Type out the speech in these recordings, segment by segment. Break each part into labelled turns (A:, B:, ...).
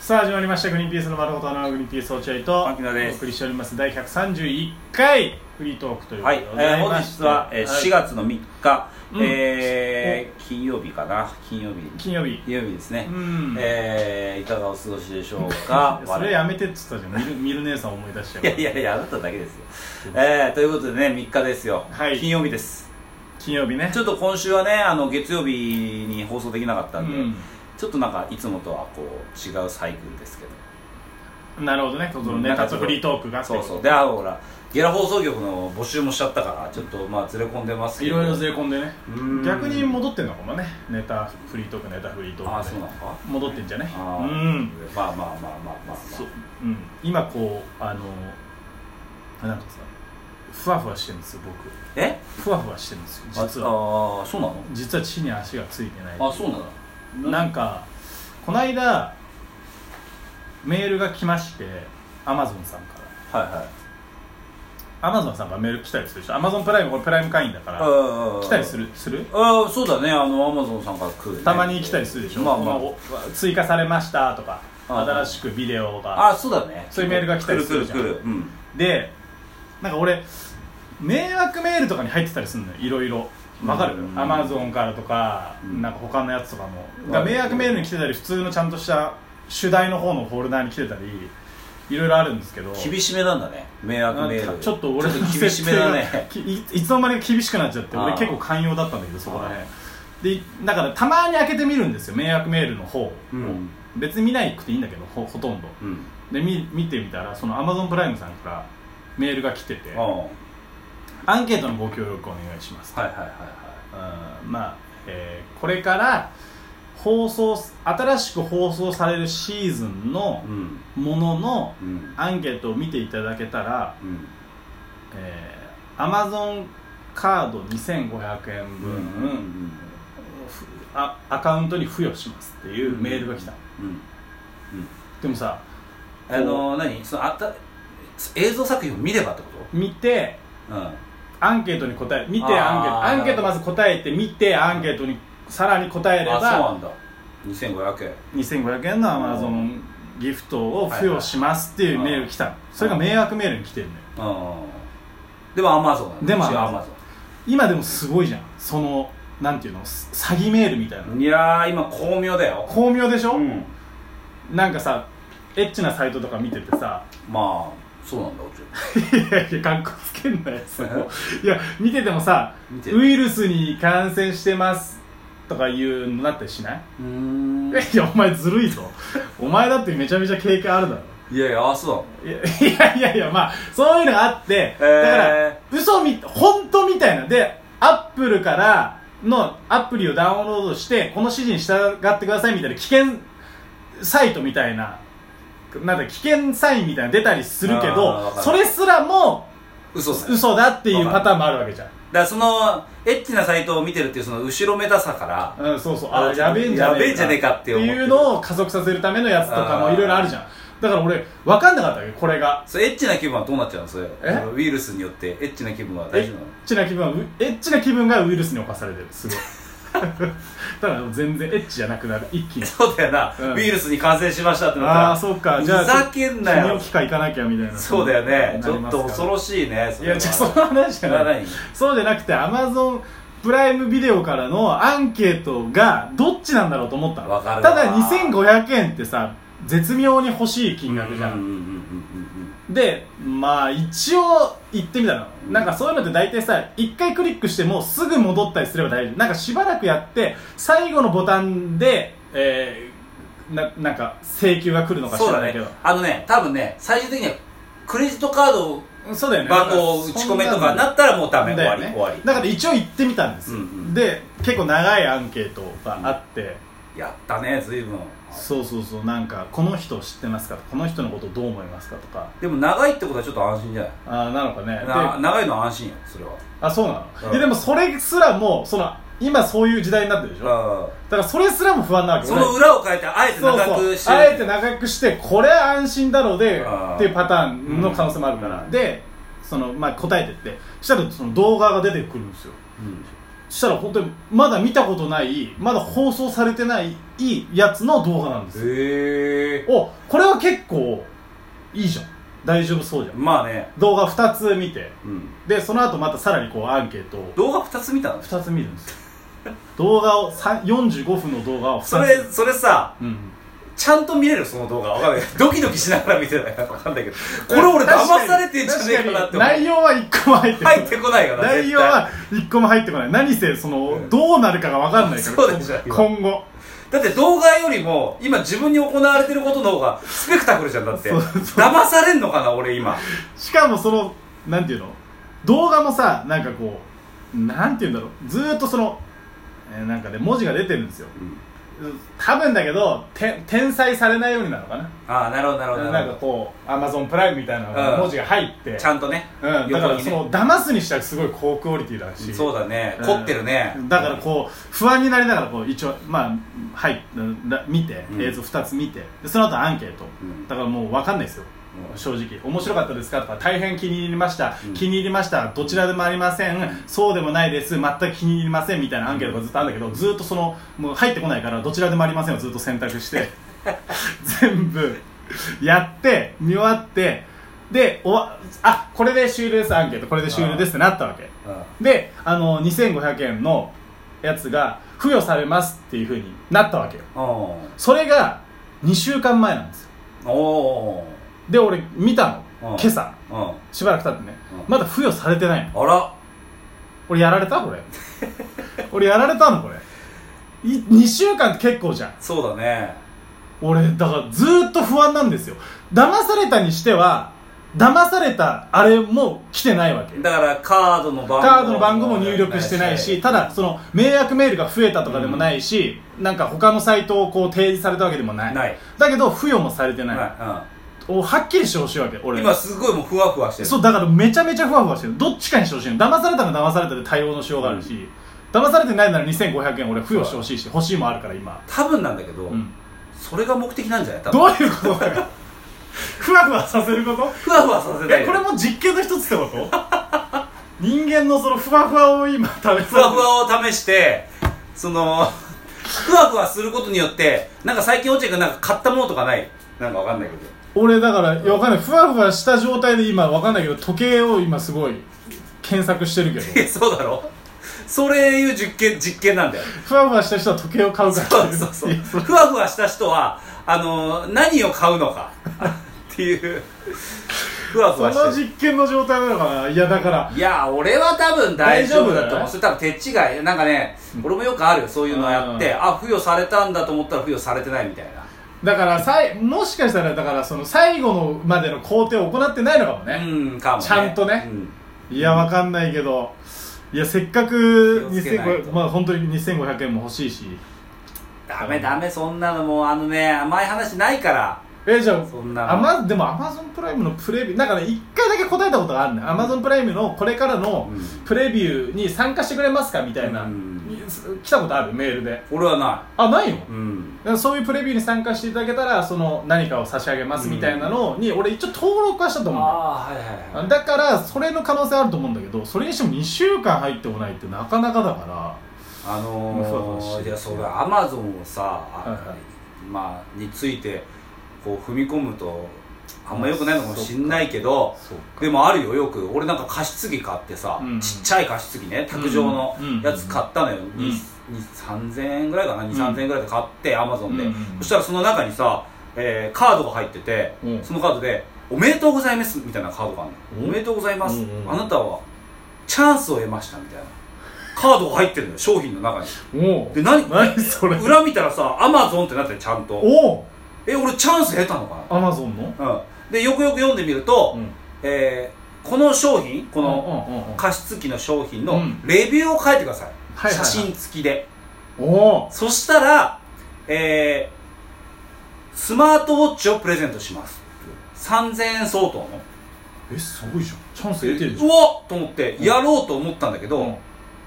A: さあ始まりました「グリーンピースの丸ごとのグリーンピース落合」と
B: 牧野です
A: お送りしております第131回フリートークというこ
B: は
A: と
B: い
A: で、ご
B: え
A: ざ
B: ー
A: い
B: 本
A: まし
B: 日
A: て
B: は、えー
A: はい
B: 4月の3日、
A: うん
B: えー金曜日かな金曜日
A: 金曜日
B: 金曜日ですね、
A: うん
B: えーいかがお過ごしでしょうか
A: それやめてっつったじゃん見る見る姉さん思い出しちゃう
B: いやいやいやあなただけですよ、えーということでね3日ですよ、
A: はい
B: 金曜日です
A: 金曜日ね
B: ちょっと今週はねあの月曜日に放送できなかったんで、
A: うん
B: ちょっとなんかいつもとはこう違うサイクルですけど
A: なるほどねそのネタとフリートークが
B: そうそうであほらゲラ放送局の募集もしちゃったからちょっとまあずれ込んでますけ
A: い
B: ど
A: ろいろずれ込んでね
B: うん
A: 逆に戻ってんのかもねネタフリートークネタフリートーク
B: あ
A: で
B: あそうなのか
A: 戻ってんじゃね
B: あ
A: う
B: ー
A: ん
B: まあまあまあまあまあ、まあ、
A: そう、うん、今こうあのなんかさふわふわしてるんですよ僕
B: え
A: ふわふわしてるんですよ実は
B: はああそうなの
A: 実は地に足がついてない
B: あそうなの
A: なんかこの間メールが来ましてアマゾンさんから
B: はいはい
A: アマゾンさんからメール来たりするでしょアマゾンプライムこれプライム会員だから
B: あ
A: 来たりするする
B: ああそうだねあのアマゾンさんから来るね、
A: たまに来たりするでしょ、
B: まあま
A: このお追加されましたとか
B: ああ
A: 新しくビデオ
B: あ
A: が
B: あそうだね
A: そういうメールが来たりするじゃん
B: 来る来る来るうん
A: でなんか俺迷惑メールとかに入ってたりするのよいろいろわかる
B: うん
A: アマゾンからとか、
B: うん
A: なんか他のやつとかも
B: うん
A: だから迷惑メールに来てたり普通のちゃんとした主題の方のフォルダーに来てたりいろいろあるんですけど
B: 厳しめなんだね迷惑メ
A: な
B: ー
A: ん
B: ル
A: かちょっと俺
B: ち
A: の
B: ょっと厳しめだね
A: 設定がき いいつの間にか厳しくなっちゃって俺
B: あー
A: 結構寛容だったんだけどそこら辺でだからたまに開けてみるんですよ迷惑メールの方を、
B: うん
A: 別に見ないくていいんだけどほほとんど
B: うん
A: で見見てみたらそのアマゾンプライムさんからメールが来てて
B: ああはい
A: アンケートのご協力お願いします、
B: はいはいはい
A: うんまあ、えーこれから放送す新しく放送されるシーズンの
B: うん
A: ものの
B: うん
A: アンケートを見ていただけたら、
B: うん
A: えー、Amazon カード2500円分、
B: うん
A: ふあアカウントに付与しますっていうメールが来た、
B: うん
A: でもさ
B: あの何そのあった映像作品を見ればってこ
A: 見て
B: とうん
A: アンケートに答え見てアンケー
B: あ
A: ト
B: ー
A: アンケートまず答えて見てアンケートにさらに答えれば
B: あそうなんだ2500円
A: 2500円のアマゾンギフトを付与しますっていうメール来たのそれが迷惑メールに来てるのよ
B: うんでもアマゾンなんだ
A: でも
B: うちは
A: Amazon
B: Amazon
A: 今でもすごいじゃんそのなんていうのす詐欺メールみたいない
B: やー今巧妙だよ
A: 巧妙でしょ、
B: うん
A: なんかさエッチなサイトとか見ててさ
B: まあそうなんだうちはい
A: やいやかっこつけんなよそこいや見ててもさ
B: 見てる
A: ウイルスに感染してますとかいうのなったりしない、
B: うーん
A: いやお前ずるいぞお前だってめちゃめちゃ経験あるだろ
B: いやいやあそう
A: いやいやいやいやまあそういうのがあって、
B: えー
A: だから嘘み本当みたいなでアップルからのアプリをダウンロードしてこの指示に従ってくださいみたいな危険サイトみたいななんだ危険サインみたいなの出たりするけ
B: あー
A: ど
B: わかる
A: それすらも
B: 嘘だよだか
A: 嘘だっていうパターンもあるわけじゃん、
B: らそのエッチなサイトを見てるっていうその後ろめたさから
A: うん、そうそう
B: あ
A: あ
B: ー
A: やべえんじゃねえか
B: やべえんじゃねえかって思ってる
A: いうのを加速させるためのやつとかもいろいろあるじゃんだから俺分かんなかったわけこれが
B: それエッチな気分はどうなっちゃうのそれ
A: え
B: ウイルスによってエッチな気分は
A: エ
B: 大丈
A: ッ
B: 夫なの
A: チな気分はうエッチな気分がウイルスに侵されてる すごいただ全然エッチじゃなくなる一気に
B: そうだよな、
A: うん
B: ウイルスに感染しましたってなったら
A: ああそうかじゃあ
B: ふざけんな
A: 泌
B: よ
A: 尿器科行かなきゃみたいな
B: そうだよねち
A: なり
B: ょっ
A: ます
B: と
A: から
B: 恐ろしいねそ
A: い
B: れは
A: やじゃあその話じゃない
B: それは
A: そうじゃなくてアマゾンプライムビデオからのアンケートがどっちなんだろうと思ったの
B: わかるわ
A: ただ2500円ってさ絶妙に欲しい金額じゃ
B: 何うんうんうんうんうん
A: でまあ一応行ってみたのなんかそういうのって大体さ一回クリックしてもすぐ戻ったりすれば大丈夫なんかしばらくやって最後のボタンで、えー、ななんか請求が来るのか知
B: そう
A: ら
B: だ
A: ないけ
B: ね
A: ど
B: あのね多分ね最終的にはクレジットカード
A: そうだよね
B: 番号を打ち込めとかなったらもうダメ終
A: だよ
B: わり
A: ね
B: 終わり
A: だから一応行ってみたんですよ、
B: うんうん
A: で結構長いアンケートがあって、
B: やったね随分
A: そうそうそうなんかこの人知ってますかとかこの人のことどう思いますかとか
B: でも長いってことはちょっと安心じゃない
A: あーなのかねで
B: な長いのは安心よそれは
A: あそうなの、
B: うん
A: いやでもそれすらもその今そういう時代になってるでしょ、だからそれすらも不安なわけ
B: その
A: 俺
B: 裏を変えてあえて
A: そう
B: 長
A: そう
B: くして
A: あえて長くしてこれ安心だろうで
B: あー
A: っていうパターンの可能性もあるから、
B: うん
A: でその、まあ、答えてってしたらその動画が出てくるんですよ
B: うん
A: したら本当にまだ見たことないまだ放送されてないいいやつの動画なんですよ
B: へえ
A: おこれは結構いいじゃん大丈夫そうじゃん
B: まあね
A: 動画2つ見て
B: うん
A: でその後またさらにこうアンケートを
B: 動画2つ見たの
A: 2つ見るんですよ動画をさん45分の動画を2つ
B: それそれさ
A: うん
B: ちゃんと見れるその動画わか んないドキドキしながら見てたからわかんないけどこれ俺騙されてんじゃねえかなっ
A: 確か
B: て思
A: に内容は1個も入って
B: う
A: こない
B: 入ってこないよな絶対
A: 内容は1個も入ってこない何せその、
B: うん
A: どうなるかが分かんないから
B: そうでしょ
A: 今後
B: だって動画よりも今自分に行われてることの方がスペクタクルじゃんだって
A: そう
B: 騙されんのかな俺今
A: しかもそのなんていうの動画もさなんかこうなんていうんだろうずーっとその、えーなんかね文字が出てるんですよ多分だけどて転載されないようになのかな
B: ああなるほどなるほどな
A: なん
B: る
A: か
B: ほ
A: こうアマゾンプライムみたいなのが
B: うん
A: 文字が入って、うん
B: どちゃんとね
A: だか
B: 横
A: ら
B: に
A: そ
B: ね
A: の騙すにしたらすごい高クオリティだし
B: そうだね
A: うん
B: 凝ってるね
A: だからこう不安になりながらこう一応まあはいら見て
B: うん
A: 映像2つ見てでその後アンケート
B: うん
A: だからもう分かんないですよ
B: うん
A: 正直面白かったですかとか大変気に入りました、
B: うん
A: 気に入りましたどちらでもありません、そうでもないです全く気に入りませんみたいなアンケートがずっとあるんだけど、ずっとそのもう入ってこないからどちらでもありませんをずっと選択して 全部やって見終わってでおわあこれで終了ですアンケートこれで終了ですってなったわけ
B: うん
A: であの2500円のやつが付与されますっていうふうになったわけよ
B: お
A: それが2週間前なんですよ
B: ーお
A: で俺見た
B: う
A: の
B: ん
A: 今朝
B: ーうん
A: しばらく経ってね
B: うん
A: まだ付与されてないの
B: あら
A: 俺やられたこれ俺やられたのこれい2週間って結構じゃん
B: そうだね
A: 俺だからずーっと不安なんですよ騙されたにしては騙されたあれも来てないわけ
B: だからカードの番号
A: カードの番号も入力してないしただその迷惑メールが増えたとかでもないし、なんか他のサイトをこう提示されたわけでもない
B: ない
A: だけど付与もされてない、
B: は
A: おはっきりしてほしいわけ
B: いうん
A: 俺
B: 今すごいもうふわふわしてる
A: そうだからめちゃめちゃふわふわしてるどっちかにしてほしいの騙されたら騙されたで対応のしようがあるし、騙されてないなら2500円俺付与してほしいし欲しいもあるから今、
B: 多分なんだけど
A: うん、
B: それが目的なんじゃない多分
A: どういうことだよふわふわさせること
B: ふわふわさせたい
A: え
B: よ
A: これも実験の一つってこと人間のそのふわふわを今食べされて
B: ふわふわを試してそのふわふわすることによってなんか最近落合君なんか買ったものとかないなんかわかんないけど
A: 俺だからいやわかんないふわふわした状態で今わかんないけど時計を今すごい検索してるけど
B: いやそうだろそれいう実験実験なんだよ
A: ふわふわした人は時計を買うから
B: そうそうそう
A: いや
B: ふわふわした人はあの何を買うのかっていうふわ ふ
A: そ
B: わ
A: の
B: してる
A: 実験の状態なのかないやだから
B: いや俺は多分大丈夫だと
A: 大丈夫だ
B: 思
A: ね
B: うそれ多分手違いなんかね俺もよくあるよそういうのやって
A: う
B: あ付与されたんだと思ったら付与されてないみたいな
A: だからさいもしかしたらだからその最後のまでの工程を行ってないのかもね、
B: うんかもね
A: ちゃんとね
B: うん
A: いやわかんないけどいやせっかく
B: 気をつけないと
A: 2500まあ本当に2500円も欲しいし
B: ダメダメそんなのもうあのね甘い話ないから
A: えじゃあ
B: そんな
A: ア
B: の
A: マでもアマゾンプライムのプレビューなんかね一回だけ答えたことがあるねアマゾンプライムのこれからの
B: うん
A: プレビューに参加してくれますかみたいな、
B: うん
A: 来たことあるメールで
B: 俺はな
A: あないよ
B: いうん
A: だからそういうプレビューに参加していただけたらその何かを差し上げますみたいなのに、俺一応登録はしたと思うんだよ
B: ああはいはいはい
A: だからそれの可能性あると思うんだけどそれにしても2週間入ってこないってなかなかだか
B: あ
A: ふわふわして
B: のー、
A: る
B: いやそれアマゾンをさ、あ
A: はいはい
B: まあについてこう踏み込むとあんま良くないのかもしんないけど
A: らそう
B: でもあるよよく俺なんか加湿器買ってさ、
A: うん
B: ちっちゃい加湿器ね卓上の
A: うん
B: やつ買ったのよ、
A: ん
B: にに3000円ぐらいかな2 3 0 0円ぐらいで買ってアマゾンで、
A: うん
B: そしたらその中にさ、えーカードが入ってて、
A: うん
B: そのカードで「おめでとうございます」みたいなカードがあるの
A: お
B: おめでとうございます、
A: うんうん
B: あなたはチャンスを得ましたみたいなカードが入ってるのよ商品の中に
A: おう
B: で何
A: 何それ
B: 裏見たらさアマゾンってなってるちゃんと
A: おお
B: え俺チャンス得たのか
A: アマゾンの
B: なうんでよくよく読んでみると、
A: ん
B: えーこの商品こ
A: こ
B: の
A: の、うんうんうんうん
B: 加湿器の商品
A: う
B: の
A: ん
B: レビューを書いてください、
A: はいはいはい
B: 写真付きで
A: おお
B: そしたら、えースマートウォッチをプレゼントします3000円相当の
A: えすごいじゃんチャンス
B: う
A: 得てるじゃん
B: わっと思ってやろうと思ったんだけど、
A: うん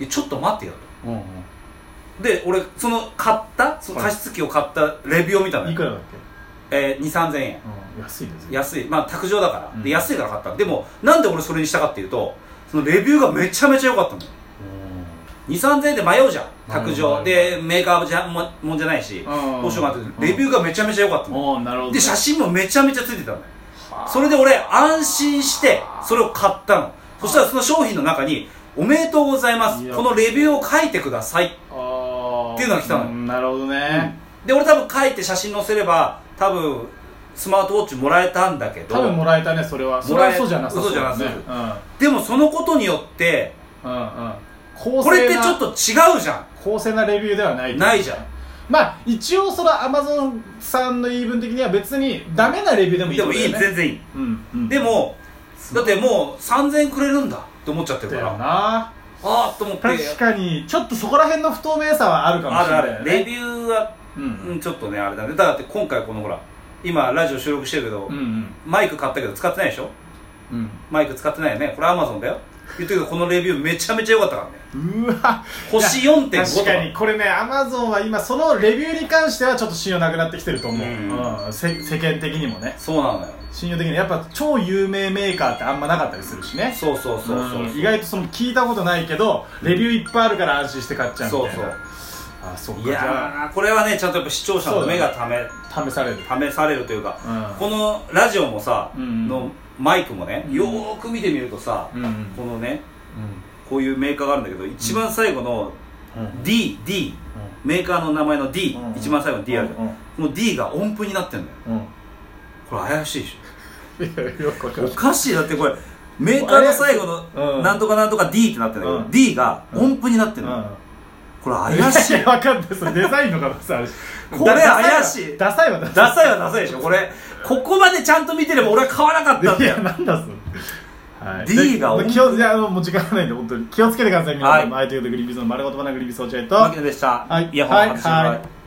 B: えちょっと待ってよと
A: うん
B: で俺その買ったその加湿器を買ったレビューを見た
A: う
B: の
A: んい
B: よ、
A: くらだっ
B: えー、23000円
A: け、うん、安いですね
B: 安いまあ卓上だから、
A: うん
B: で安いから買ったでもなんで俺それにしたかっていうとそのレビューがめちゃめちゃ良かったのよ
A: お
B: 2 3 0 0円で迷うじゃん卓
A: う
B: 上
A: ん
B: でメーカーじゃももんじゃないし
A: うん
B: どうしようかなっ
A: うん
B: てレビューがめちゃめちゃ良かったの
A: おおなるほどね
B: で写真もめちゃめちゃついてたのよ
A: はあ
B: それで俺安心してそれを買ったのそしたらその商品の中に「おめでとうございます
A: いや
B: このレビューを書いてください」
A: あー
B: っていうのが来たの
A: んなるほどね、
B: で俺多分書いて写真載せれば多分スマートウォッチもらえたんだけど
A: 多分もらえたねそれはそれは嘘じゃなさそう
B: 嘘じゃな
A: だ
B: さ
A: ね
B: そう
A: う
B: でもそのことによって
A: んうんうん公
B: これって
A: 正な
B: ちょっと違うじゃ
A: 公正なレビューではない
B: んない
A: ゃん
B: じゃん
A: まあ一応そのアマゾンさんの言い分的には別にダメなレビューでもいい
B: でもいい
A: ってことだよね
B: 全然いい
A: うんうん
B: でもだってもう3000円くれるんだって思っちゃってる
A: だ
B: か
A: よ
B: らあ
A: な
B: あーと思って
A: 確かにちょっとそこら辺の不透明さはあるかも
B: あ
A: し
B: る
A: れ
B: あ
A: ないよ
B: る
A: ね
B: レビューは
A: うん
B: うんちょっとねあれだねだって今回このほら今ラジオ収録してるけど、
A: うんうん
B: マイク買ったけど使ってないでしょ
A: うん
B: マイク使ってないよねこれアマゾンだよ言ってるけどこのレビューめちゃめちゃ良かったからね
A: うわ
B: 星4.5とか
A: 確かにこれねアマゾンは今そのレビューに関してはちょっと信用なくなってきてると思う、
B: うん
A: うんせ世間的にもね
B: そうなのよ
A: 信用的にやっぱ超有名メーカーってあんまなかったりするしね
B: そうそうそうそう、
A: ん意外とその聞いたことないけどレビューいっぱいあるから安心して買っちゃうみ
B: そう
A: たいな
B: そう
A: あそうか
B: い
A: じゃ
B: やーこれはねちゃんとやっぱ視聴者の目がため、
A: あ試される
B: 試されるというか、
A: うん
B: このラジオもさ、
A: うん
B: のマイクもね
A: うん
B: よーく見てみるとさ、
A: うんうん
B: このねこういうメーカーがあるんだけど一番最後の
A: うん
B: D、D メーカーの名前の D、
A: うん
B: 一番最後の D あるじゃん、
A: うん
B: この D が音符になってんだよ
A: うんうん
B: これ怪しいでし
A: いやよくわか
B: ょお
A: る
B: かしいだってこれメーカーの最後
A: う
B: の
A: ん
B: なんとかなんとか D ってなってんだけど、
A: うん
B: D が音符になって
A: うんん
B: だよ、これ怪しい
A: わかんないそれデザインの可能性あるし
B: これ怪しい
A: ダサいわダサいわ
B: ダサいはダサいでしょこれここまでちゃんと見てれば俺は買わなかったん
A: い
B: だ
A: や
B: よ
A: なんだそれはい
B: D が
A: で気をいやあのもう時間がないんで本当に気をつけてください皆
B: は
A: さ
B: い
A: んはいということでグリーンピースの丸ごとバナナグリーンピース落合と
B: 牧野でした、
A: はい
B: イヤホン外してもらえ
A: はいはい